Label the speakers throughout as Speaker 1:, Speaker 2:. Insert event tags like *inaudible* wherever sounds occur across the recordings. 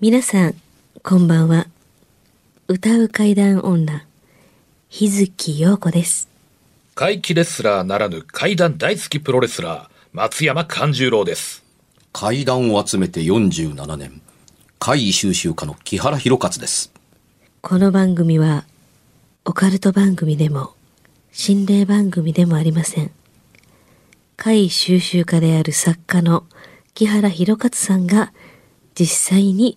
Speaker 1: 皆さん、こんばんは。歌う階段女、日月陽子です。
Speaker 2: 怪奇レスラーならぬ怪談大好きプロレスラー、松山勘十郎です。
Speaker 3: 怪談を集めて47年。怪異収集家の木原博勝です。
Speaker 1: この番組は、オカルト番組でも、心霊番組でもありません。会収集家である作家の木原博勝さんが、実際に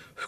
Speaker 2: 不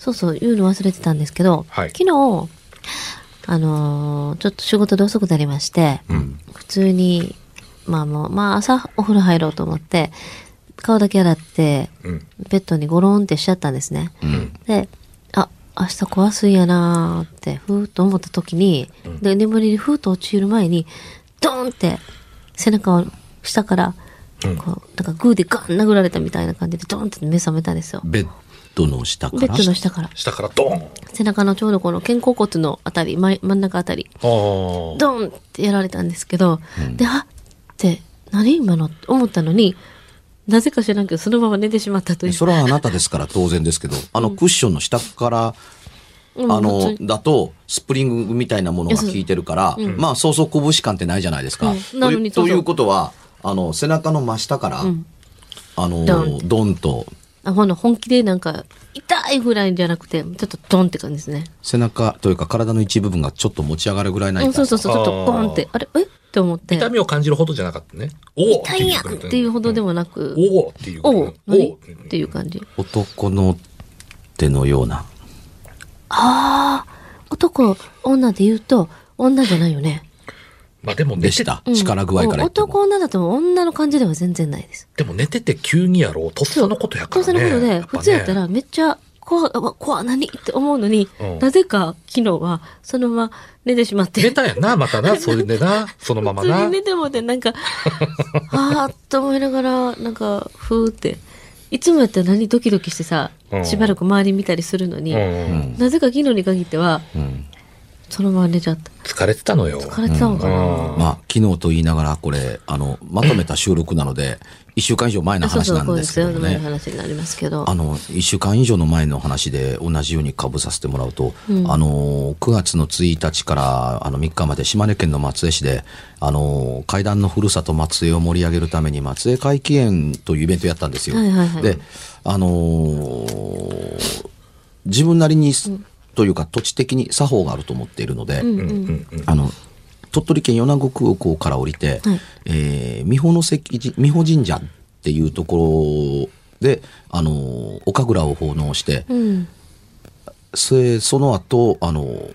Speaker 1: そうそう言うの忘れてたんですけど、
Speaker 2: はい
Speaker 1: 昨日あのーちょっと仕事で遅くなりまして、普通にまあもうまあ朝お風呂入ろうと思って顔だけ洗って
Speaker 2: うん。
Speaker 1: ベッドにゴロンってしちゃったんですね、であ明日怖すいやなーってふーっと思った時に、で眠りにふーっと陥る前にドーンって背中を下からこう、なんかグーでガン殴られたみたいな感じでドーンって目覚めたんですよ
Speaker 3: ベッドの下か
Speaker 1: ベ
Speaker 3: ら
Speaker 1: ッドの下から
Speaker 2: 下からドーン
Speaker 1: 背中のちょうどこの肩甲骨のあたり真真ん中あたり
Speaker 2: あ
Speaker 1: ドーンってやられたんですけど、であって何今のって思ったのになぜか知らんけどそのまま寝てしまったという
Speaker 3: それはあなたですから当然ですけど、あのクッションの下から、
Speaker 1: うん
Speaker 3: あ
Speaker 1: 普通
Speaker 3: の
Speaker 1: に、
Speaker 3: だと、スプリングみたいなものが効いてるから、まあ、そうそう拳感ってないじゃないですか。
Speaker 1: うんなのにそ
Speaker 3: と
Speaker 1: う
Speaker 3: と
Speaker 1: そう
Speaker 3: いうことは、あの、背中の真下から、あ
Speaker 1: ドン
Speaker 3: の、ドンと、
Speaker 1: あほんの本気でなんか痛いぐらいじゃなくてちょっとドンって感じですね。
Speaker 3: 背中というか体の一部分がちょっと持ち上がるぐらいな
Speaker 1: うん、
Speaker 3: い
Speaker 1: そうそうそうちょっと
Speaker 2: あ
Speaker 1: ボ
Speaker 2: ー
Speaker 1: ンってあれえって思って
Speaker 2: 痛みを感じるほどじゃなかったね。おお
Speaker 1: 痛いやんっていうほどでもなく
Speaker 2: おおっていう。
Speaker 1: おう何
Speaker 2: おう
Speaker 1: っていう感じ。
Speaker 3: 男の手のような。
Speaker 1: ああ男女で言うと女じゃないよね。
Speaker 2: まあでも寝
Speaker 3: で
Speaker 2: て。
Speaker 3: したた。力具合から言っても
Speaker 1: 男女だと女の感じでは全然ないです。
Speaker 2: でも寝てて急にやろう。とっさのことやか
Speaker 1: 当
Speaker 2: らね。
Speaker 1: 然のことで普通やった
Speaker 2: ぱね。
Speaker 1: らめっちゃ怖いうわ怖い何って思うのに、
Speaker 2: うん
Speaker 1: なぜか昨日はそのまま寝てしまって。
Speaker 2: 寝たやんな、またな、それでな、そのまま
Speaker 1: 普通
Speaker 2: な
Speaker 1: に。寝てもってなんかあーっと思いながらなんかふーっていつもやったら何ドキドキしてさ
Speaker 2: うん
Speaker 1: しばらく周り見たりするのに、
Speaker 2: うん
Speaker 1: なぜか昨日に限っては
Speaker 3: うん
Speaker 1: そのまま寝ちゃった
Speaker 2: 疲れてたのよ。
Speaker 1: 疲れてたのかな、
Speaker 3: まあ、昨日と言いながら、これ、あの、まとめた収録なので、一週間以上前の
Speaker 1: あそう
Speaker 3: 話
Speaker 1: そう
Speaker 3: なん
Speaker 1: こう
Speaker 3: で
Speaker 1: ですす
Speaker 3: け
Speaker 1: よ
Speaker 3: ど
Speaker 1: 前の
Speaker 3: ね。
Speaker 1: 話になりますけど
Speaker 3: あの、一週間以上の前の話で同じように被させてもらうと、あの、9月の1日からあの3日まで島根県の松江市で、あの、階段のふるさと松江を盛り上げるために松江会期園というイベントをやったんですよ。
Speaker 1: はいはいはい
Speaker 3: で、あのー自分なりに、というか土地的に作法があると思っているので、あの、鳥取県米子空港から降りて、
Speaker 1: はい
Speaker 3: えー、美保の関じ、美保神社っていうところで、あのー、お神楽を奉納して、
Speaker 1: うん
Speaker 3: それその後、あのー、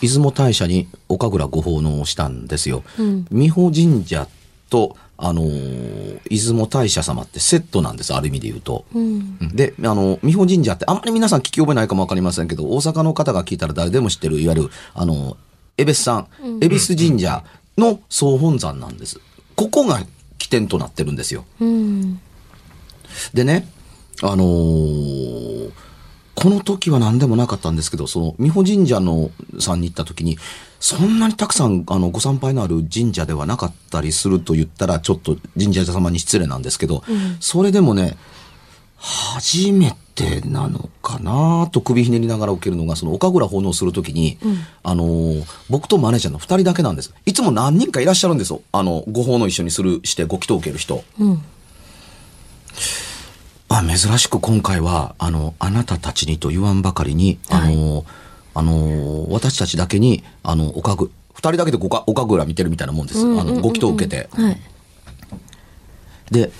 Speaker 3: 出雲大社にお神楽ご奉納したんですよ。美保神社と、あのー、出雲大社様ってセットなんです、ある意味で言うと。
Speaker 1: うん
Speaker 3: で、あの、美保神社ってあんまり皆さん聞き覚えないかもわかりませんけど、大阪の方が聞いたら誰でも知ってる、いわゆる、あの、恵比寿さん、恵比寿神社の総本山なんです。ここが起点となってるんですよ。
Speaker 1: うん
Speaker 3: でね、あのーこの時は何でもなかったんですけど、その、美保神社のさんに行った時に、そんなにたくさん、あの、ご参拝のある神社ではなかったりすると言ったら、ちょっと神社様に失礼なんですけど、それでもね、初めてなのかなと首ひねりながら受けるのが、その、岡倉奉納するときに、あのー僕とマネージャーの二人だけなんです。いつも何人かいらっしゃるんですよ。あの、ご奉納一緒にする、してご祈祷を受ける人。
Speaker 1: うん
Speaker 3: あ珍しく今回はあのあなたたちにと言わんばかりに、あのあのー私たちだけに、あの、おかぐ、二人だけでごかおかぐら見てるみたいなもんです。あの、ご祈祷を受けて。
Speaker 1: はい。
Speaker 3: で、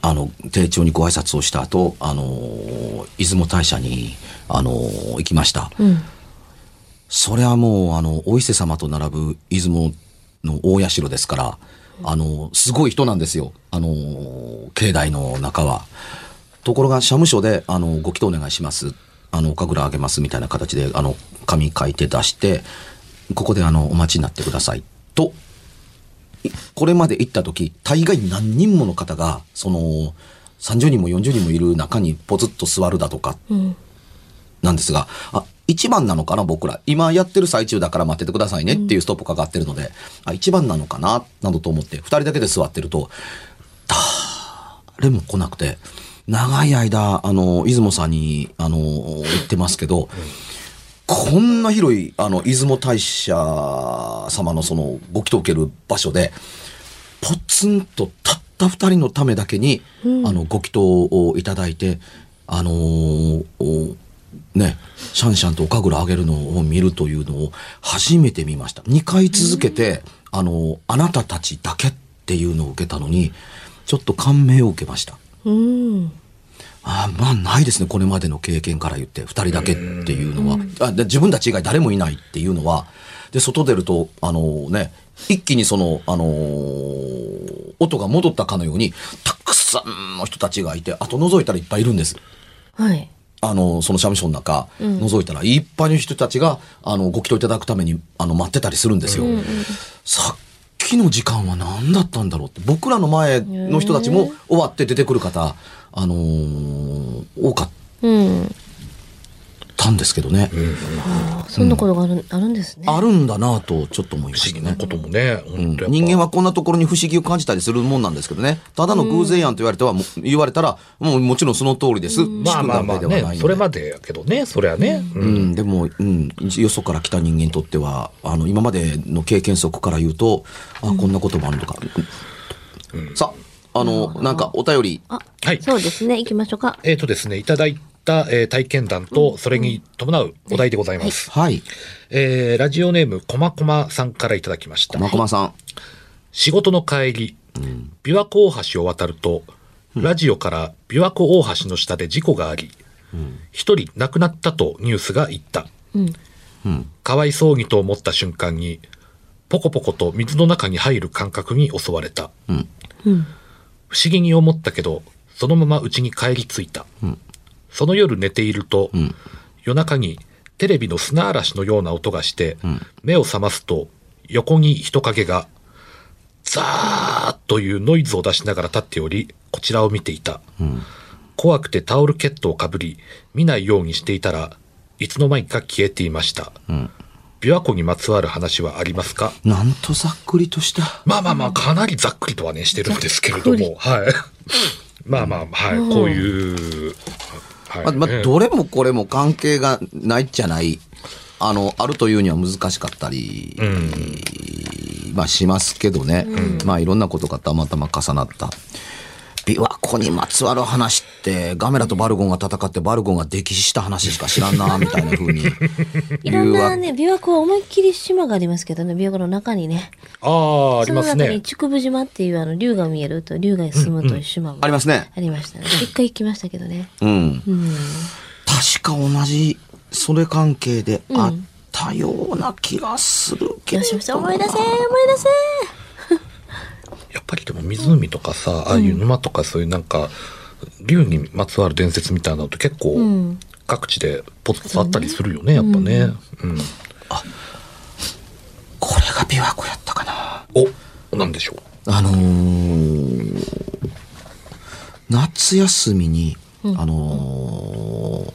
Speaker 3: あの、丁重にご挨拶をした後、あのー出雲大社に、あのー行きました。それはもう、あの、お伊勢様と並ぶ出雲の大社ですから、あの、すごい人なんですよ。あの、境内の中は。ところが、社務所で、あの、ご祈祷お願いします。あの、お神楽あげますみたいな形で、あの、紙書いて出して、ここで、あの、お待ちになってください。と、いこれまで行った時、大概何人もの方が、その、30人も40人もいる中にポツッと座るだとか
Speaker 1: うん。
Speaker 3: なんですが、あ、1番なのかな僕ら。今やってる最中だから待っててくださいねっていうストップかかってるので、あ、1番なのかななどと思って、2人だけで座ってると、誰も来なくて、長い間、あの、出雲さんに、あの、行ってますけど、こんな広い、あの、出雲大社様のその、ご祈祷を受ける場所で、ポツンとたった二人のためだけに、あの、ご祈祷をいただいて、あのーおね、シャンシャンとお神楽あげるのを見るというのを初めて見ました。2回続けて、あのーあなたたちだけっていうのを受けたのに、ちょっと感銘を受けました。
Speaker 1: うん。
Speaker 3: あーまあないですねこれまでの経験から言って2人だけっていうのはあで自分たち以外誰もいないっていうのはで外出るとあのね一気にそのあのー音が戻ったかのようにたくさんの人たちがいてあと覗いたらいっぱいいるんです。
Speaker 1: はい。
Speaker 3: あの、その社務所の中、覗いたら、いっぱいの人たちが、あの、ご祈祷いただくために、あの、待ってたりするんですよ。さっきの時間は何だったんだろうって、僕らの前の人たちも終わって出てくる方、あのー多かっ
Speaker 1: うん。
Speaker 3: たんですけどね。
Speaker 1: あそんなことがある,、あるんですね。
Speaker 3: あるんだなと、ちょっと思いま
Speaker 2: 不
Speaker 3: し
Speaker 2: 思
Speaker 3: た
Speaker 2: 議な
Speaker 3: ね。
Speaker 2: こともね、
Speaker 3: う
Speaker 2: 本
Speaker 3: ん
Speaker 2: 当やっぱ
Speaker 3: 人間はこんなところに不思議を感じたりするもんなんですけどね。ただの偶然やんと言われては、もう言われたら、もうもちろんその通りです。
Speaker 2: まあまあまあ
Speaker 3: 祝賀ではないの
Speaker 2: ね、
Speaker 3: で
Speaker 2: それまでやけどね、それはね。う
Speaker 3: うんん、でも、うん、よそから来た人間にとっては、あの、今までの経験則から言うと、あ、こんなこともあるのか。さあ、あの、なんかお便り、
Speaker 1: あ、
Speaker 2: はい
Speaker 1: そうですね。行きましょうか。
Speaker 2: えっ、とですね、いただいた、えー体験談と、それに伴うお題でございます。
Speaker 3: はい、
Speaker 2: えーラジオネーム、こまこまさんからいただきました
Speaker 3: こ。まこまさん。
Speaker 2: 仕事の帰り、琵琶湖大橋を渡ると、ラジオから琵琶湖大橋の下で事故があり、一、人亡くなったとニュースが言った。
Speaker 1: うん。
Speaker 2: かわいそうにと思った瞬間に、ポコポコと水の中に入る感覚に襲われた。
Speaker 1: うん。
Speaker 2: 不思議に思ったけど、そのまま家に帰り着いた。その夜寝ていると、夜中にテレビの砂嵐のような音がして、目を覚ますと、横に人影が、ザーッというノイズを出しながら立っており、こちらを見ていた。怖くてタオルケットをかぶり、見ないようにしていたらいつの間にか消えていました。琵琶湖にまつわる話はありますか
Speaker 3: なんとざっくりとした。
Speaker 2: まあまあまあ、かなりざっくりとはね、してるんですけれど
Speaker 1: ざっく
Speaker 2: も、はい。 *laughs* まあまあ、はい、こういう、はい。
Speaker 3: まあま
Speaker 2: ね
Speaker 3: あ、どれもこれも関係がないじゃない。あの、あるというには難しかったり、まあしますけどね。まあいろんなことがたまたま重なった。琵琶湖にまつわる話って、ガメラとバルゴンが戦ってバルゴンが溺死した話しか知らんな、みたいな風に
Speaker 1: *laughs* いろ
Speaker 3: 言
Speaker 1: ん
Speaker 3: うわ
Speaker 1: な。ね、琵琶湖は思いっきり島がありますけどね、琵琶湖の中にね。
Speaker 2: ああ、あります
Speaker 1: その中に
Speaker 2: ね。
Speaker 1: 竹生島っていうあの竜が見えると竜が住むという島も
Speaker 3: ありますね。
Speaker 1: ありましたね。一回行きましたけどね。
Speaker 3: うん。
Speaker 1: うん。
Speaker 3: 確か同じ、それ関係であったような気がするけ
Speaker 1: よ
Speaker 3: ど。
Speaker 1: しよし、思い出せ思い出せ
Speaker 2: やっぱりでも湖とかさ、ああいう沼とかそういうなんか、竜にまつわる伝説みたいなのって結構、
Speaker 1: ん
Speaker 2: 各地でポツポツあったりするよね、やっぱね。うん。
Speaker 3: これが琵琶湖やったかな。
Speaker 2: お、なんでしょう。
Speaker 3: あのー夏休みに、あの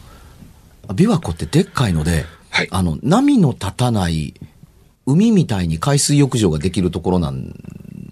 Speaker 3: ー琵琶湖ってでっかいので、
Speaker 2: はい
Speaker 3: あの、波の立たない、海みたいに海水浴場ができるところなん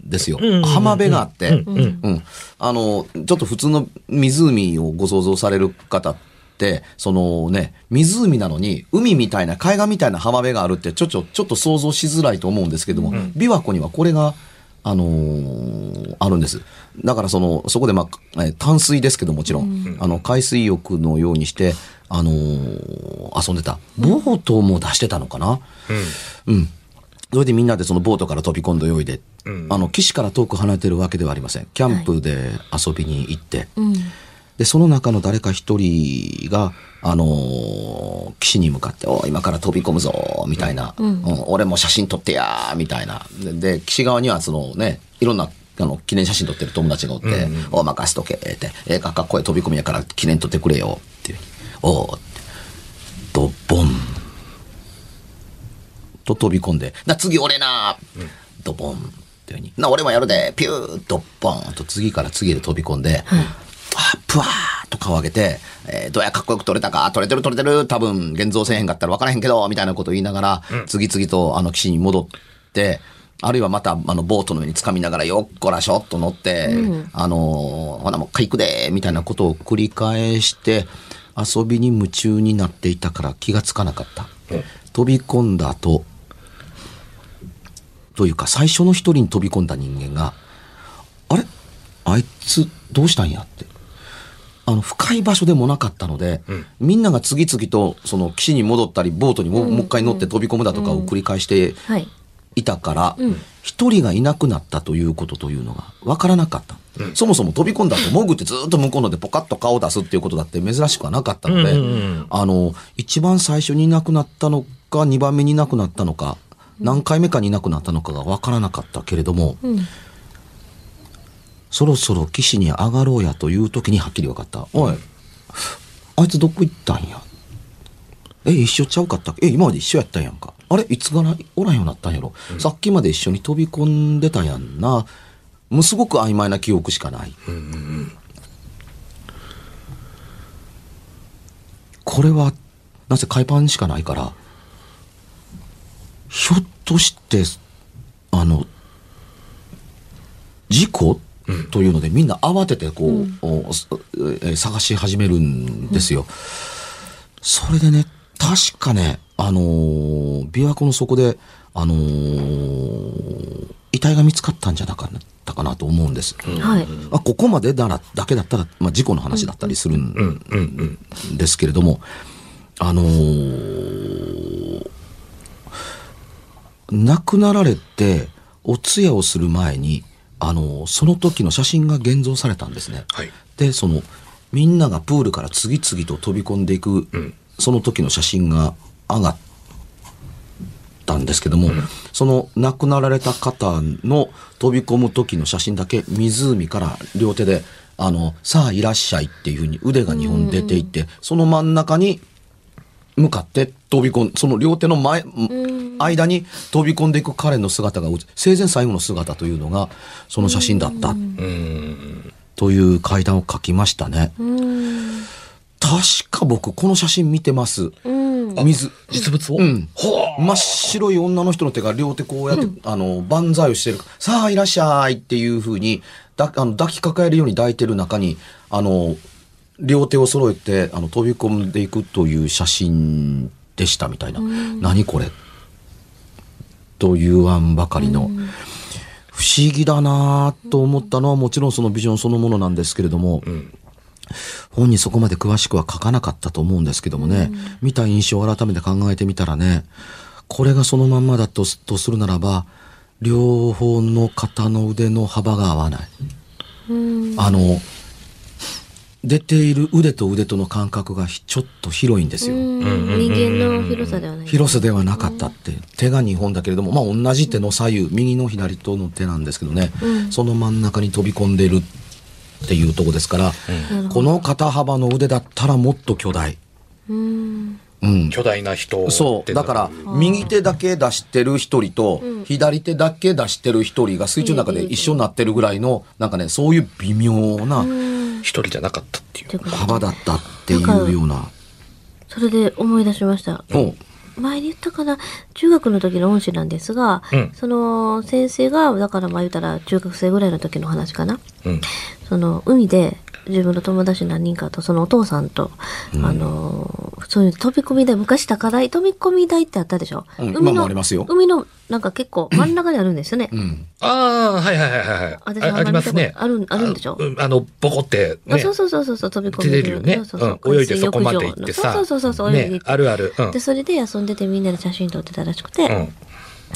Speaker 3: ですよ。
Speaker 2: んうん
Speaker 3: 浜辺があって、
Speaker 2: うんうん
Speaker 3: うんあの、ちょっと普通の湖をご想像される方って、そのね、湖なのに、海みたいな、海岸みたいな浜辺があるって、ちょちょ、ちょっと想像しづらいと思うんですけども、琵琶湖にはこれが、あのーあるんです。だからその、そこでまあ、えー淡水ですけどもちろん、あの、海水浴のようにして、あのー遊んでた。ボートも出してたのかな、うん。それでみんなでそのボートから飛び込んで泳いで、あの、岸から遠く離れてるわけではありません。キャンプで遊びに行って、
Speaker 1: うん。
Speaker 3: で、その中の誰か一人が、あのー岸に向かって、おー今から飛び込むぞー、みたいな、うん俺も写真撮ってやー、みたいな。で、で岸側には、そのね、いろんな、あの、記念写真撮ってる友達がおって、お任せとけーって、ええかかっこいい飛び込みやから記念撮ってくれよ、っていう。おーって、ドボン。と飛び込んで、な、次俺なー、ドボン。っていうふうにな、俺もやるで、ピュー、ドボンと次から次へで飛び込んで、あぷわーっと顔上げて、えーどうやかっこよく撮れたか、撮れてる撮れてる、多分現像せえへんかったら分からへんけど、みたいなことを言いながら、次々とあの岸に戻って、あるいはまたあのボートの上につかみながらよっこらしょっと乗って、あのーほなもう一回行くでーみたいなことを繰り返して遊びに夢中になっていたから気がつかなかった、飛び込んだ後というか最初の一人に飛び込んだ人間があれあいつどうしたんやってあの深い場所でもなかったので、みんなが次々とその岸に戻ったりボートにも,、うもう一回乗って飛び込むだとかを繰り返して
Speaker 1: はい。
Speaker 3: いたから一、人がいなくなったということというのが分からなかった、そもそも飛び込んだと潜ってずっと向こうのでポカッと顔を出すっていうことだって珍しくはなかったので、
Speaker 2: うんうんうん
Speaker 3: あの一番最初にいなくなったのか二番目にいなくなったのか何回目かにいなくなったのかが分からなかったけれども、
Speaker 1: うん。
Speaker 3: そろそろ岸に上がろうやという時にはっきり分かった。おい、あいつどこ行ったんや。え、一緒ちゃうかったっけえ、今まで一緒やったんやんか。あれいつからおらんようになったんやろ、さっきまで一緒に飛び込んでたやんな。もうすごく曖昧な記憶しかない。これは、なぜ海パンしかないから、ひょっとして、あの、事故というのでみんな慌ててこう、おすえー探し始めるんですよ。それでね確かねあのー琵琶湖の底であのー遺体が見つかったんじゃなかったかなと思うんです。
Speaker 1: はい。
Speaker 3: あここまでだらだけだったら、まあ、事故の話だったりするん
Speaker 2: うんうんうん
Speaker 3: ですけれども、あのー亡くなられてお通夜をする前に、あのーその時の写真が現像されたんですね。
Speaker 2: はい
Speaker 3: でそのみんながプールから次々と飛び込んでいく、
Speaker 2: ん
Speaker 3: その時の写真が上がったんですけども、その亡くなられた方の飛び込む時の写真だけ湖から両手で「あのさあいらっしゃい」っていうふうに腕が2本出ていて、その真ん中に向かって飛び込んその両手の前、間に飛び込んでいく彼の姿が映生前最後の姿というのがその写真だった。という階段を書きましたね。
Speaker 1: うん。
Speaker 3: 確か僕、この写真見てます。
Speaker 1: うん。
Speaker 3: 水。
Speaker 2: 実物を、
Speaker 3: うん
Speaker 2: ほう
Speaker 3: 真っ白い女の人の手が両手こうやって、あの、万歳をしてる。さあ、いらっしゃいっていう風に、だあの抱きかかえるように抱いてる中に、あの、両手を揃えて、あの、飛び込んでいくという写真でしたみたいな。何これと言わんばかりの。不思議だなぁと思ったのはもちろんそのビジョンそのものなんですけれども、本にそこまで詳しくは書かなかったと思うんですけどもね、見た印象を改めて考えてみたらね、これがそのまんまだとすとするならば、両方の肩の腕の幅が合わない。あの、出ている腕と腕との間隔がひちょっと広いんですよ。
Speaker 1: 人間の広さではない。
Speaker 3: 広さではなかったって、手が2本だけれども、まあ、同じ手の左右右の左との手なんですけどね、その真ん中に飛び込んでるっていうとこですから、この肩幅の腕だったらもっと巨大。
Speaker 1: うん。
Speaker 3: うん、
Speaker 2: 巨大な人を
Speaker 3: そうだから右手だけ出してる一人と左手だけ出してる一人が水中の中で一緒になってるぐらいのなんかねそういう微妙な
Speaker 2: 一人じゃなかったっていう
Speaker 1: ということで
Speaker 3: 幅だったっていうような。
Speaker 1: それで思い出しました。
Speaker 3: お
Speaker 1: 前に言ったかな中学の時の恩師なんですが、
Speaker 2: うん
Speaker 1: その先生がだからまあ言うたら中学生ぐらいの時の話かな
Speaker 2: うん
Speaker 1: その海で自分の友達何人かとそのお父さんと、あのーそういう飛び込み台昔高台飛び込み台ってあったでしょ、
Speaker 3: うん
Speaker 1: 海の
Speaker 3: 今もありますよ
Speaker 1: 海のなんか結構真ん中にあるんですよね、
Speaker 3: うん。
Speaker 2: ああ、はいはいはいはいはい。
Speaker 1: 私
Speaker 2: あ
Speaker 1: あんま
Speaker 2: ありますね
Speaker 1: 見。たことあるんあるんでしょ
Speaker 2: うんあの、ボコって、
Speaker 1: あ
Speaker 2: ね。
Speaker 1: そうそうそうそうそう飛び込み
Speaker 2: 出てるよね
Speaker 1: そうそうそう
Speaker 2: うん泳いでそこまで行ってさ
Speaker 1: そうそうそうそう泳いで行って
Speaker 2: ねあるあるうん
Speaker 1: でそれで遊んでてみんなで写真撮ってたらしくて、
Speaker 2: うん。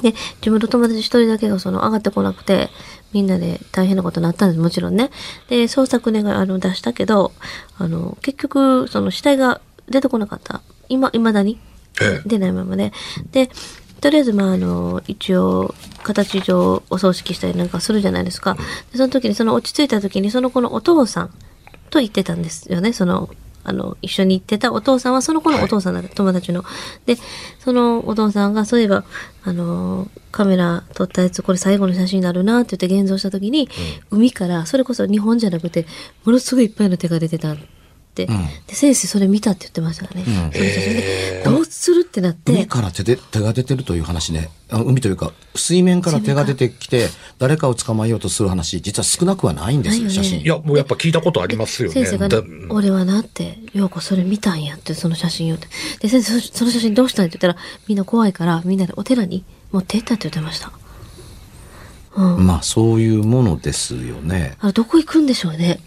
Speaker 1: で自分の友達一人だけがその上がってこなくてみんなで大変なことになったんですもちろんねで捜索願いあの出したけどあの結局その死体が出てこなかった今いまだに
Speaker 2: ええ
Speaker 1: 出ないままででとりあえずまああの一応形上お葬式したりなんかするじゃないですかでその時にその落ち着いた時にその子のお父さんと行ってたんですよねそのあの一緒に行ってたお父さんはその子のお父さんだった、友達のでそのお父さんがそういえばあのカメラ撮ったやつこれ最後の写真になるなって言って現像した時に、海からそれこそ日本じゃなくてものすごいいっぱいの手が出てたって、で先生それ見たって言ってましたからね、その写真でどうするってなって
Speaker 3: 海から手で手が出てるという話ねあ海というか水面から手が出てきて誰かを捕まえようとする話実は少なくはないんですよ
Speaker 1: ないよ
Speaker 3: 写
Speaker 1: ね
Speaker 2: い
Speaker 3: 真
Speaker 2: や、もうやっぱ聞いたことありますよね。
Speaker 1: 先生が、
Speaker 2: だ
Speaker 1: ね「俺はな」って「ようこそれ見たんや」ってその写真をってで先生そその写真どうしたんって言ったらみんな怖いからみんなでお寺に持って行ったって言ってました
Speaker 3: まあそういうものですよね
Speaker 1: あれどこ行くんでしょうね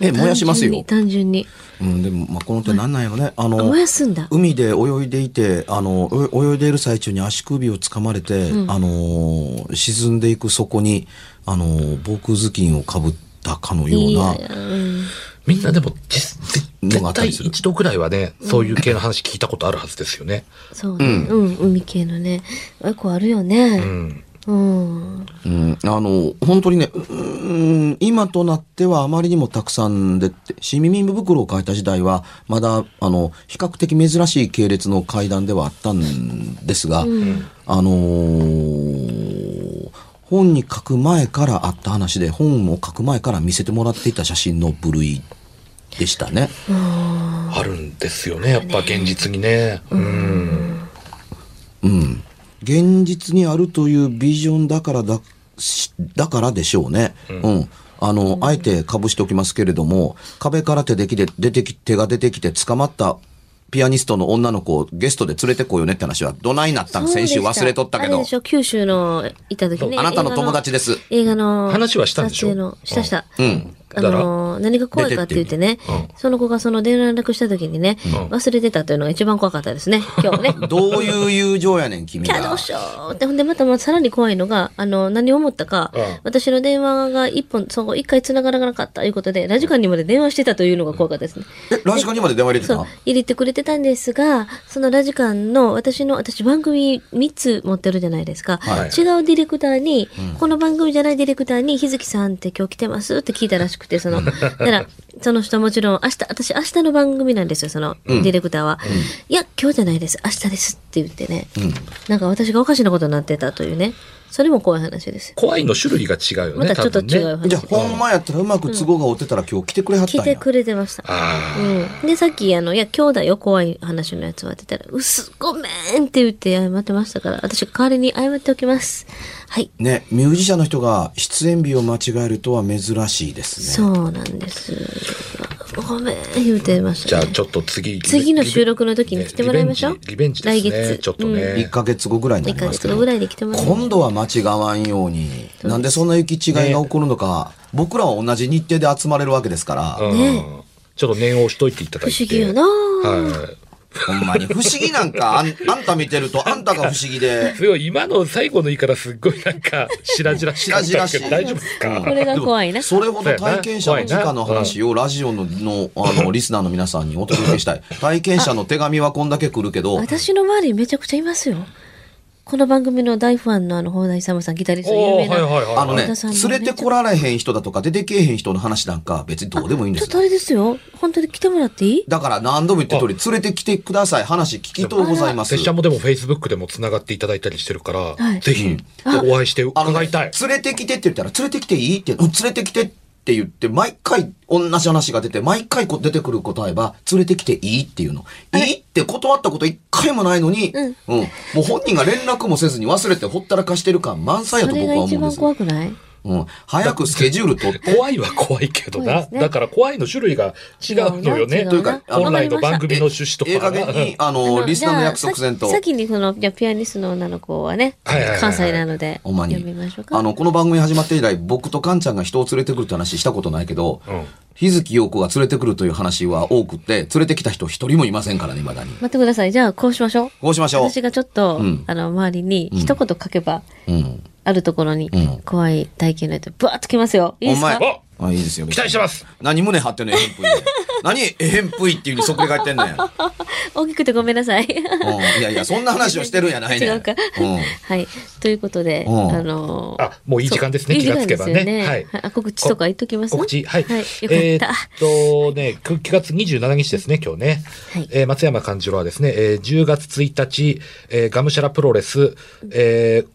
Speaker 3: え燃やしますよ、
Speaker 1: 単純に
Speaker 3: うん、でもまあこの手なんなんやろねあ
Speaker 1: 単純にあ
Speaker 3: の
Speaker 1: 燃やすんだ
Speaker 3: 海で泳いでいてあのお泳いでいる最中に足首をつかまれて、あの沈んでいく底にあの防空頭巾をかぶったかのよ
Speaker 1: いうや
Speaker 3: ない
Speaker 1: やうん
Speaker 2: みんなでも実、絶
Speaker 3: のが
Speaker 2: 絶
Speaker 3: あった
Speaker 2: 対
Speaker 3: りする
Speaker 2: 一度くらいはね、そういう系の話聞いたことあるはずですよね。
Speaker 1: そうね、うん海系のね結構あるよ
Speaker 2: う
Speaker 1: ね
Speaker 2: ん。
Speaker 1: うん、
Speaker 3: うん、あの本当にね、うーん、今となってはあまりにもたくさんでって、シミミ袋を変えた時代は、まだあの比較的珍しい系列の階段ではあったんですが、あのー本に書く前からあった話で、本を書く前から見せてもらっていた写真の部類でしたね。
Speaker 2: あるんですよね、やっぱ現実にね。うん。
Speaker 3: うん、現実にあるというビジョンだからだしだからでしょうね。うんあの、あえてかぶしておきますけれども、壁から手できで出てき、手が出てきて捕まったピアニストの女の子をゲストで連れてこいよねって話は、どないなったん先週忘れとったけ
Speaker 1: あれ
Speaker 3: ど
Speaker 1: でし、ょ九州のいた時ね
Speaker 3: あなたの友達です。
Speaker 1: 映画の
Speaker 2: 話はしたんでしょ
Speaker 1: 撮影のしたした、
Speaker 3: うん。
Speaker 1: あ
Speaker 2: だ
Speaker 1: の何が怖いかって言ってね
Speaker 2: 出てって
Speaker 1: その子がその電話連絡した時にね、忘れてたというのが一番怖かったです
Speaker 2: *laughs*
Speaker 1: ね今日ね
Speaker 3: どういう友情やねん、君
Speaker 1: キャど
Speaker 3: が
Speaker 1: う。しようってほんでまたまあさらに怖いのがあの何を思ったか、
Speaker 2: うん
Speaker 1: 私の電話が一本そこ一回繋がらなかったということでラジカンにまで電話してたというのが怖かったですね、
Speaker 3: え、ラジカンにまで電話入れて
Speaker 1: そ
Speaker 3: た
Speaker 1: う入れてくれてたんですがそのラジカンの私の私番組3つ持ってるじゃないですか、
Speaker 2: はい
Speaker 1: 違うディレクターに、この番組じゃないディレクターに「日月さんって今日来てます?」って聞いたらしくてそのだからその人もちろん明日私明日の番組なんですよそのディレクターは、いや今日じゃないです明日ですって言ってね、なんか私がおかしなことになってたというねそれも怖い話ですよ
Speaker 2: 怖いの種類が違うよね、
Speaker 1: またちょっと
Speaker 2: 多分ね
Speaker 1: 違う話
Speaker 3: じゃあ、ほんまやったらうまく都合が合ってたら今日来てくれはった
Speaker 1: 聞い
Speaker 3: んや。
Speaker 1: てくれてました
Speaker 2: あ
Speaker 1: うん、でさっきあの「いや兄弟よ怖い話のやつは」って言ったら「うっすごめん」って言って謝ってましたから私代わりに謝っておきますはい、
Speaker 3: ね、ミュージシャンの人が出演日を間違えるとは珍しいですね。
Speaker 1: そうなんですごめん言うてまし
Speaker 2: じ
Speaker 1: た、
Speaker 2: ゃ
Speaker 1: ね、
Speaker 2: あちょっと次。
Speaker 1: 次の収録の時に来てもらいましょう
Speaker 2: ねリベンジリベンジです
Speaker 1: 来
Speaker 2: ね。
Speaker 1: 月
Speaker 2: ちょっと
Speaker 1: う
Speaker 2: ね
Speaker 3: 1。ヶ月後ぐらいにな
Speaker 1: 1
Speaker 3: り
Speaker 1: ヶ
Speaker 3: ます
Speaker 1: 月
Speaker 3: け
Speaker 1: 後
Speaker 3: ど
Speaker 1: ぐらいで来てもらいまし
Speaker 3: 今度は間違わんようになんでそんな行き違いが起こるのか、僕らは同じ日程で集まれるわけですから、
Speaker 2: うんちょっと念を押しといていただいて。
Speaker 1: 不思議よな
Speaker 2: はい。
Speaker 3: ほんまに不思議な
Speaker 1: *laughs*
Speaker 3: んかあんあんた見てるとあんたが不思議です
Speaker 2: ごい今の最後の言い方すっごいなんか白々しかったですけど
Speaker 3: 白
Speaker 2: 大
Speaker 3: 々しい
Speaker 2: 丈夫ですか、
Speaker 1: これが怖いな
Speaker 3: でもそれほど体験者の直の話をラジオののあのリスナーの皆さんにお届けしたい体験者の手紙はこんだけ来るけど
Speaker 1: 私の周りめちゃくちゃいますよこの番組の大ファンのあの放題さんさんギタリスト有
Speaker 2: お
Speaker 1: 名
Speaker 2: ー
Speaker 1: な、
Speaker 2: はいはいはい
Speaker 3: あのね
Speaker 1: 私はもう
Speaker 3: 連れてこられへん人だとか出てけえへん人の話なんか別にどうでもいいんで
Speaker 1: ちょ
Speaker 3: す
Speaker 1: っ
Speaker 3: よ
Speaker 1: とあれですよ本当に来てもらっていい
Speaker 3: だから何度も言って通り連れてきてください話聞きとうございます
Speaker 2: 拙者もでもフェイスブックでもつながっていただいたりしてるから、
Speaker 1: はい
Speaker 2: ぜひお会いして伺いたい。
Speaker 3: 連れてきてって言ったら、連れてきていいって、うん連れてきてって言って、毎回同じ話が出て、毎回こう出てくる答えは、連れてきていいっていうの。いいって断ったこと一回もないのに、うん、もう本人が連絡もせずに忘れてほったらかしてる感満載や
Speaker 1: そ
Speaker 3: と
Speaker 1: れ
Speaker 3: 僕
Speaker 1: が
Speaker 3: は思う
Speaker 1: 一
Speaker 3: んで
Speaker 1: 番
Speaker 3: す。
Speaker 1: 怖くない
Speaker 3: うん、早くスケジュール
Speaker 2: *laughs*
Speaker 3: 取って。
Speaker 2: 怖いは怖いけど
Speaker 1: そう
Speaker 2: な。
Speaker 1: ですね
Speaker 2: だから怖いの種類が違うのよね。
Speaker 1: 違うな違うな
Speaker 2: というか、本来の番組の趣旨と
Speaker 3: ええ
Speaker 2: か
Speaker 3: 加
Speaker 2: が。
Speaker 3: 減に、あのリスナーの約束せんと。
Speaker 1: 先にこのじゃあピアニストの女の子はね、
Speaker 2: はいはいはいはい
Speaker 1: 関西なので
Speaker 3: ほんま
Speaker 1: 読
Speaker 3: に
Speaker 1: みましょう。か。
Speaker 3: あの、この番組始まって以来、僕とカンちゃんが人を連れてくるって話したことないけど、
Speaker 2: うん
Speaker 3: 日月陽子が連れてくるという話は多くって、連れてきた人一人もいませんからね、未だに。
Speaker 1: 待ってください。じゃあこうしましょう。
Speaker 3: こうしましょう。
Speaker 1: 私がちょっと、
Speaker 3: うん
Speaker 1: あの周りに一言書けば、
Speaker 3: うん。
Speaker 1: あるところに、
Speaker 3: うん
Speaker 1: 怖い体験のやつブワーッときますよ。いいですか
Speaker 3: ほんま
Speaker 2: あ
Speaker 3: やあ、いいですよ。
Speaker 2: 期待してます
Speaker 3: 何胸張ってんの、えへんぷ
Speaker 1: *laughs*
Speaker 3: い。何、えへんぷいっていうふうにそっくり返ってんのや。
Speaker 1: 大きくてごめんなさい。
Speaker 3: うん。いやいや、そんな話をしてるんやないね
Speaker 1: *laughs*
Speaker 3: ん。
Speaker 1: 違うか
Speaker 3: うん。
Speaker 1: はい。ということで、
Speaker 3: うん
Speaker 1: あのー
Speaker 2: あもういい時間ですね
Speaker 1: そう
Speaker 2: 気がつけばね
Speaker 1: いい時間ですよ
Speaker 2: はい
Speaker 1: ああ告知とか言っときます
Speaker 2: 告知、はい。
Speaker 1: はい。よかった。
Speaker 2: えーっとね、く9月27日ですね、今日ね。
Speaker 1: はい
Speaker 2: えー松山勘次郎はですね、えー10月1日、えーがむしゃらプロレス、えー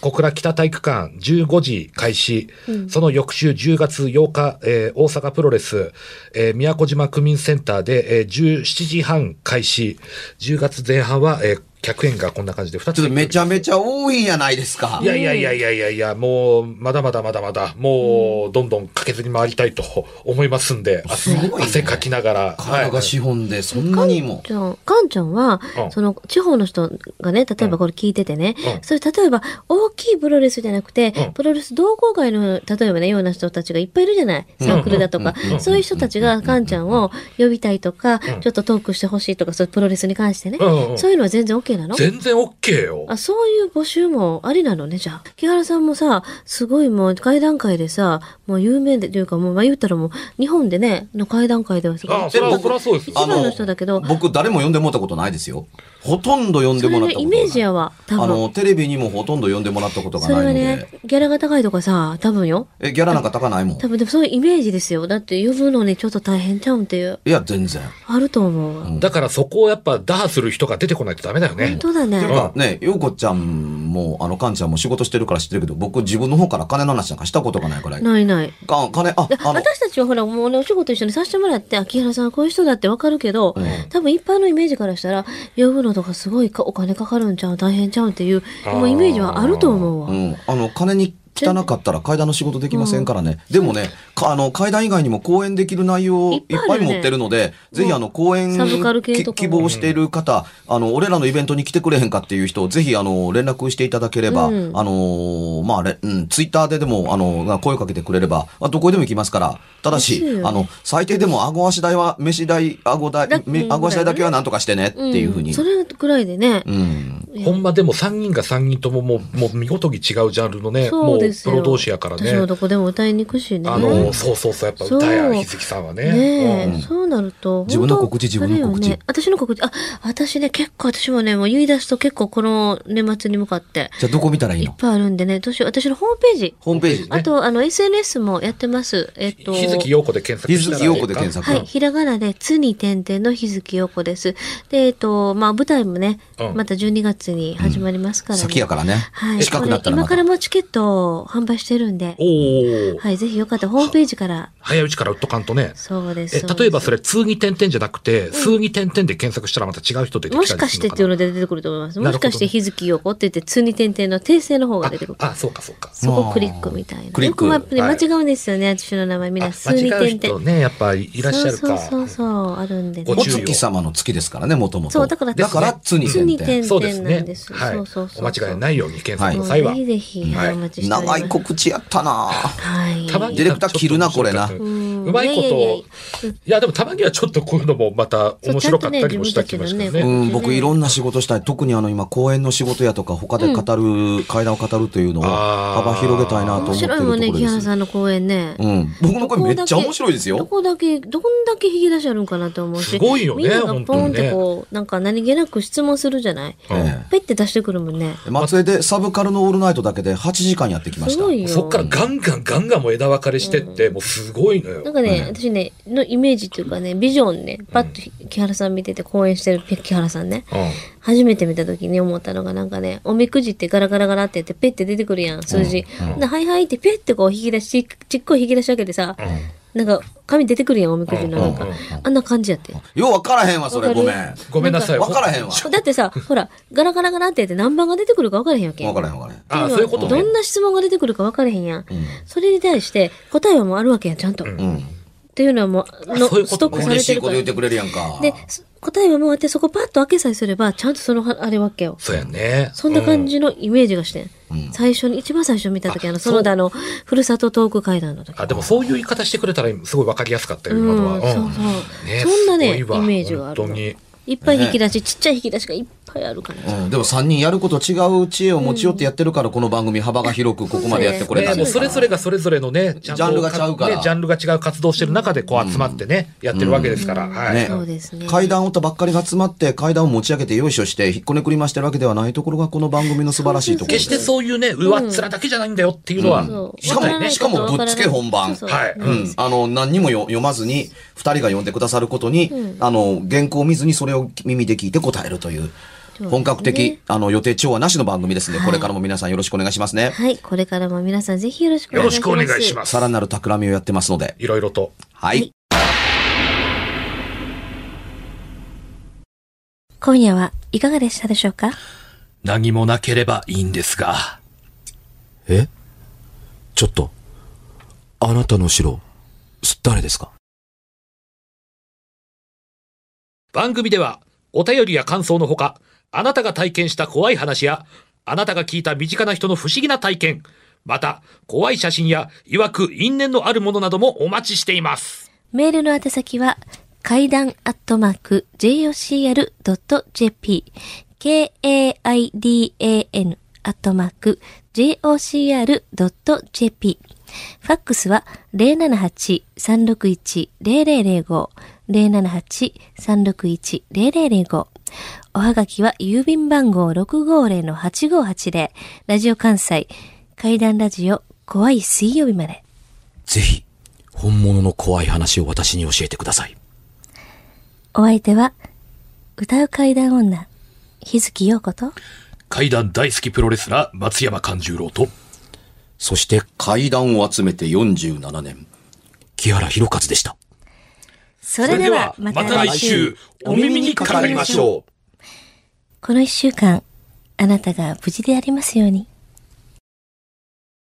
Speaker 2: 小倉北体育館15時開始、その翌週10月8日、えー大阪プロレス、えー宮古島区民センターで、えー17時半開始、10月前半は、えー100円がこんな感じで2つ
Speaker 3: ちょっとめちゃめちゃ多いんやないですか
Speaker 2: い。やいやいやいやいやいや、もう、まだまだまだまだ、もう、どんどんかけずに回りたいと思いますんで、
Speaker 3: すごいね
Speaker 2: 汗かきながら。
Speaker 3: 体が資本で、そんなにも。
Speaker 1: ちゃん、かんちゃんは、
Speaker 2: うん
Speaker 1: その、地方の人がね、例えばこれ聞いててね、
Speaker 2: うん
Speaker 1: それ例えば、大きいプロレスじゃなくて、
Speaker 2: うん
Speaker 1: プロレス同好会の、例えばね、ような人たちがいっぱいいるじゃない
Speaker 3: うん
Speaker 1: サークルだとか
Speaker 3: うんう、ん
Speaker 1: そういう人たちがかんちゃんを呼びたいとか、ちょっとトークしてほしいとか、そういうプロレスに関してね、
Speaker 2: うんうん
Speaker 1: そういうのは全然 OK なの
Speaker 2: 全然 OK よ。
Speaker 1: あ、そういう募集もありなのね、じゃあ。木原さんもさ、すごいもう、会談会でさ、もう有名で、というか、もう、まあ、言ったらもう、日本でね、の会談会ではすごい
Speaker 2: あ、そら、
Speaker 3: 僕
Speaker 2: そらそうです
Speaker 1: 一
Speaker 2: よ。
Speaker 1: 番の人だけど、
Speaker 3: 僕誰も呼んでもらったことないですよ。ほとんど呼んで
Speaker 1: そ
Speaker 3: も
Speaker 1: れ
Speaker 3: ら
Speaker 1: の
Speaker 3: ったことない。
Speaker 1: イメージやわ、多
Speaker 3: あ
Speaker 1: 分。
Speaker 3: の、テレビにもほとんど呼んでもらったことが
Speaker 1: それ
Speaker 3: ない
Speaker 1: は
Speaker 3: ので。
Speaker 1: ね、ギャラが高いとかさ、多分よ。
Speaker 3: え、ギャラなんか高ないもん。
Speaker 1: 多分、でもそういうイメージですよ。だって呼ぶのにちょっと大変ちゃうんっていう、
Speaker 3: いや、全然。
Speaker 1: あると思うわ。
Speaker 3: うん
Speaker 2: だからそこをやっぱ打破する人が出てこないとダメだよね
Speaker 1: 本。当だ
Speaker 3: ていう
Speaker 1: ね。
Speaker 3: かね、ようこちゃんも、あの、かんちゃんも仕事してるから知ってるけど、僕自分の方から金の話なんかしたことがないから。
Speaker 1: ないない。
Speaker 3: か金、
Speaker 1: だ、
Speaker 3: ああの、
Speaker 1: 私たちはほら、もうね、お仕事一緒にさせてもらって、秋原さんはこういう人だってわかるけど、
Speaker 3: うん
Speaker 1: 多分一般のイメージからしたら、呼ぶのとかすごいかお金かかるんちゃう、大変ちゃうんっていう、
Speaker 2: あー
Speaker 1: もうイメージはあると思うわ。
Speaker 3: うん、あの、金に汚かったら階段の仕事できませんからね。でもね、かあの、階段以外にも講演できる内容を
Speaker 1: い
Speaker 3: い
Speaker 1: っ
Speaker 3: っ
Speaker 1: ぱいあるね
Speaker 3: ぱい持ってるので、ぜひあの、講演
Speaker 1: サブカル系とか
Speaker 3: き希望している方、あの、俺らのイベントに来てくれへんかっていう人、ぜひあの、連絡していただければ、
Speaker 1: うん
Speaker 3: あのー、まあ、れうん、ツイッターででも、あの、声かけてくれれば、あどこへでも行きますから、ただし
Speaker 1: 嬉しい、よ
Speaker 3: あの、最低でも、顎足代は、飯代、顎代
Speaker 1: だ、
Speaker 3: め顎足代だけはなんとかしてねっていうふうに。
Speaker 1: んそれぐらいでね。
Speaker 3: うん
Speaker 2: ほんまでも3人が3人とももう、もう見事に違うジャンルのね、
Speaker 1: そ
Speaker 2: も
Speaker 1: う
Speaker 2: う
Speaker 1: です
Speaker 2: プ
Speaker 1: よ。
Speaker 2: ロ同士やから
Speaker 1: 私も
Speaker 2: ね。
Speaker 1: どこでも歌いに行くしね。
Speaker 2: あの、そうそうそう、やっぱ歌
Speaker 1: そう
Speaker 2: や日月さんはね。
Speaker 1: ねえ、
Speaker 2: うん
Speaker 1: そうなると、
Speaker 3: 自分の
Speaker 1: 本当
Speaker 3: 告知自分の告知
Speaker 1: あれよね私の告知、あ、私ね、結構私もね、もう言い出すと結構この年末に向かって、
Speaker 3: じゃあ、どこ見たらいい
Speaker 1: いっ
Speaker 3: の
Speaker 1: ぱいあるんでね、どうしよう。私のホームページ、
Speaker 3: ホームページ。
Speaker 1: あと、あの、SNS もやってます。えっと、
Speaker 2: 日月陽子で検索
Speaker 3: 日
Speaker 2: したら
Speaker 3: 月陽子で検索。
Speaker 1: はい、ひらがなで、つに点々の日月陽子です。で、えっと、まあ、舞台もね、
Speaker 2: うん
Speaker 1: また12月に始まりますからね。
Speaker 3: 先やからね。
Speaker 1: はい、
Speaker 3: 近くなった
Speaker 1: こ
Speaker 3: ら
Speaker 1: れ
Speaker 3: ま
Speaker 1: 今か
Speaker 3: た
Speaker 1: ら。もチケットを販売してるんで
Speaker 2: お、ー
Speaker 1: はい、ぜひよかったらホームページから、
Speaker 2: 早いうちから売っとかんとね。
Speaker 1: そうです。
Speaker 2: え、
Speaker 1: そうです
Speaker 2: 例えばそれ、通に点々じゃなくて、数に点々で検索したらまた違う人出て
Speaker 1: も
Speaker 2: き
Speaker 1: し
Speaker 2: たりするのかな。
Speaker 1: かしてっていうので出てくると思います。も
Speaker 2: な
Speaker 1: し
Speaker 2: るほど
Speaker 1: か
Speaker 2: ね
Speaker 1: して日月陽子って言って、通に点々の訂正の方が出てくる。
Speaker 2: あ、あそうかそうか。
Speaker 1: そこクリックみたいな。
Speaker 3: クリック
Speaker 1: よくやっぱり
Speaker 2: は
Speaker 1: 間
Speaker 2: い
Speaker 1: 違うんですよね、私の名前。みん
Speaker 2: あ
Speaker 1: な、通に
Speaker 2: 間違
Speaker 1: 点
Speaker 2: う人
Speaker 1: 々。
Speaker 2: ね、やっぱりいらっしゃる
Speaker 1: そう
Speaker 2: か。
Speaker 1: そうそうそう、あるんでね
Speaker 2: ご
Speaker 3: お
Speaker 2: 注意を
Speaker 3: 月様の月ですからね、もともと。
Speaker 1: そうだから
Speaker 3: だから、つに
Speaker 1: 通に
Speaker 3: 点
Speaker 1: 点々
Speaker 3: 々。
Speaker 2: そうです
Speaker 1: な
Speaker 2: ね
Speaker 1: んです。。
Speaker 2: はい。
Speaker 1: そ
Speaker 2: お
Speaker 1: うそうそう。
Speaker 2: 間違いないように検
Speaker 3: は
Speaker 2: 索
Speaker 3: い
Speaker 1: も
Speaker 2: の
Speaker 1: う
Speaker 2: 際は。
Speaker 1: ぜひぜひ、はい、
Speaker 2: はい
Speaker 1: お待ちしておりま
Speaker 3: 長
Speaker 1: す。
Speaker 3: い告知やっ
Speaker 1: *laughs*
Speaker 3: たなぁ
Speaker 1: はい。
Speaker 2: たまに
Speaker 3: ディレクター切るなこれな
Speaker 2: うんうまいこ
Speaker 1: いやいやいや
Speaker 2: と。いや、でもたまにはちょっとこういうのもまた面白かったりもした気もします
Speaker 1: そうちゃんとね自分たちの
Speaker 2: ね。
Speaker 3: うん、僕いろんな仕事したい。特にあの今、講演の仕事やとか、他で語る、会談を語るというのを
Speaker 2: あー
Speaker 3: 幅広げたいな
Speaker 1: 面
Speaker 3: と思ってる
Speaker 1: 白い
Speaker 3: とこ
Speaker 1: もん
Speaker 3: ろ
Speaker 1: ね、木
Speaker 3: で
Speaker 1: 原
Speaker 3: す。
Speaker 1: さんの公演ね。
Speaker 3: うん。僕の声めっちゃ面白いです
Speaker 1: ど
Speaker 3: よ。
Speaker 1: こだけ、どんだけ引き出しあるんかなと思うし。
Speaker 2: すごいよね
Speaker 1: みんなが
Speaker 2: 本
Speaker 1: ポ
Speaker 2: 当
Speaker 1: ンっ
Speaker 2: にね
Speaker 1: てこう、なんか何気なく質問するじゃない
Speaker 2: うん
Speaker 1: ペッて出してくるもんね。
Speaker 3: 松江でサブカルのオールナイトだけで8時間やってきまし
Speaker 1: す
Speaker 3: た。
Speaker 1: ごいよ。
Speaker 2: そっからガンガンガンガンもう枝分かれしてって、もうすごいの
Speaker 1: なん
Speaker 2: よ。
Speaker 1: かね、私ね、のイメージっていうかね、ビジョンね、パッと木原さん見てて、公演してる木原さんね。初めて見た時に思ったのがなんかね、おみくじってガラガラガラってやってペッて出てくるやん、数字。で、はいはいってペッてこう引き出し、ちちっこい引き出し開けてさ、なんか紙出てくるやん、おみくじのなんか。
Speaker 2: うんうん
Speaker 1: あんな感じやって。
Speaker 3: ようわからへんわ、それ。ごめん。
Speaker 2: ごめんなさい。
Speaker 3: わからへんわ。
Speaker 1: だってさ、ほら、ガラガラガラってやって何番が出てくるか分からへんわけ。
Speaker 3: わからへんわからへん。
Speaker 1: っていうの
Speaker 2: あそういうことね
Speaker 1: どんな質問が出てくるか分からへんやん、
Speaker 3: ん
Speaker 1: それに対して答えはもうあるわけやんちゃんと、
Speaker 2: ん
Speaker 3: うん。
Speaker 1: っていうのはもう
Speaker 2: そういうことね
Speaker 1: のストックされ
Speaker 3: 嬉してい
Speaker 1: る
Speaker 3: こ
Speaker 1: か
Speaker 3: と
Speaker 1: ら
Speaker 3: 言ってくれるやんか。
Speaker 1: で答えはもうあってそこパッと開けさえすればちゃんとそのはあれわけよ
Speaker 2: そうやね。
Speaker 1: そんな感じのイメージがしてん、
Speaker 3: うん
Speaker 1: 最初に一番最初見た時あのその
Speaker 2: そう
Speaker 1: 他のふるさとトーク会談の時
Speaker 2: あでもそういう言い方してくれたらすごいわかりやすかったよ、今のは。
Speaker 1: うんそうそうそんなねイメージがあるの
Speaker 2: 本当に。
Speaker 1: いっぱい引き出し、ちっちゃい引き出しがいっぱいあるから、
Speaker 3: うん、でも3人やること違う知恵を持ち寄ってやってるから、この番組幅が広くここまでやってこれた
Speaker 2: ね、
Speaker 3: ん
Speaker 2: も
Speaker 3: で
Speaker 2: う
Speaker 3: す
Speaker 2: それぞれがそれぞれのね、ちゃんと
Speaker 3: ジャンルが違うから
Speaker 2: ねジャンルが違う活動してる中でこう集まってね、やってるわけですから。はい。
Speaker 3: ね
Speaker 1: そうですね
Speaker 3: 階段を打ったばっかりが集まって階段を持ち上げてよいしょして引っこねくりましてるわけではないところがこの番組の素晴らしいところ
Speaker 2: 決してそういうね、上っ面だけじゃないんだよっていうのは、
Speaker 1: そう
Speaker 3: しかも
Speaker 1: わらない
Speaker 3: しかもぶっつけ本番
Speaker 1: そうそう
Speaker 2: はい
Speaker 1: うん
Speaker 3: うん、あの何にもよ読まずに2人が読んでくださることに、あの原稿を見ずにそれを耳で聞いて答えるという
Speaker 1: すね
Speaker 3: 本格的、あの予定調和なしの番組ですね、
Speaker 1: はい
Speaker 3: これからも皆さんよろしくお願いしますね、
Speaker 1: はい、これからも皆さんぜひよろしくお
Speaker 2: よ
Speaker 1: 願
Speaker 2: ろ
Speaker 1: いします。
Speaker 2: しくお願いします。
Speaker 3: さらなる企みをやってますので
Speaker 2: いろいろと。
Speaker 3: はい、
Speaker 1: 今夜はいかがでしたでしょうか
Speaker 2: 何もなければいいんですが。
Speaker 4: えちょっと、あなたの後ろ、す誰ですか
Speaker 2: 番組では、お便りや感想のほか、あなたが体験した怖い話や、あなたが聞いた身近な人の不思議な体験、また、怖い写真や、いわく因縁のあるものなどもお待ちしています。
Speaker 1: メールの宛先は、階段アットマーク、jocr.jp、k-a-i-d-a-n アットマーク、jocr.jp。ファックスは、078-361-0005、078-361-0005。おはがきは、郵便番号650-8580、ラジオ関西、階段ラジオ、怖い水曜日まで。
Speaker 4: ぜひ、本物の怖い話を私に教えてください。
Speaker 1: お相手は、歌う階段女、日月陽子と、
Speaker 2: 階段大好きプロレスラー、松山勘十郎と、
Speaker 4: そして、
Speaker 3: 階段を集めて47年
Speaker 4: 木原博一でした。
Speaker 1: それではまた来週、
Speaker 2: お耳にかかりましょう。
Speaker 1: この一週間、あなたが無事でありますように。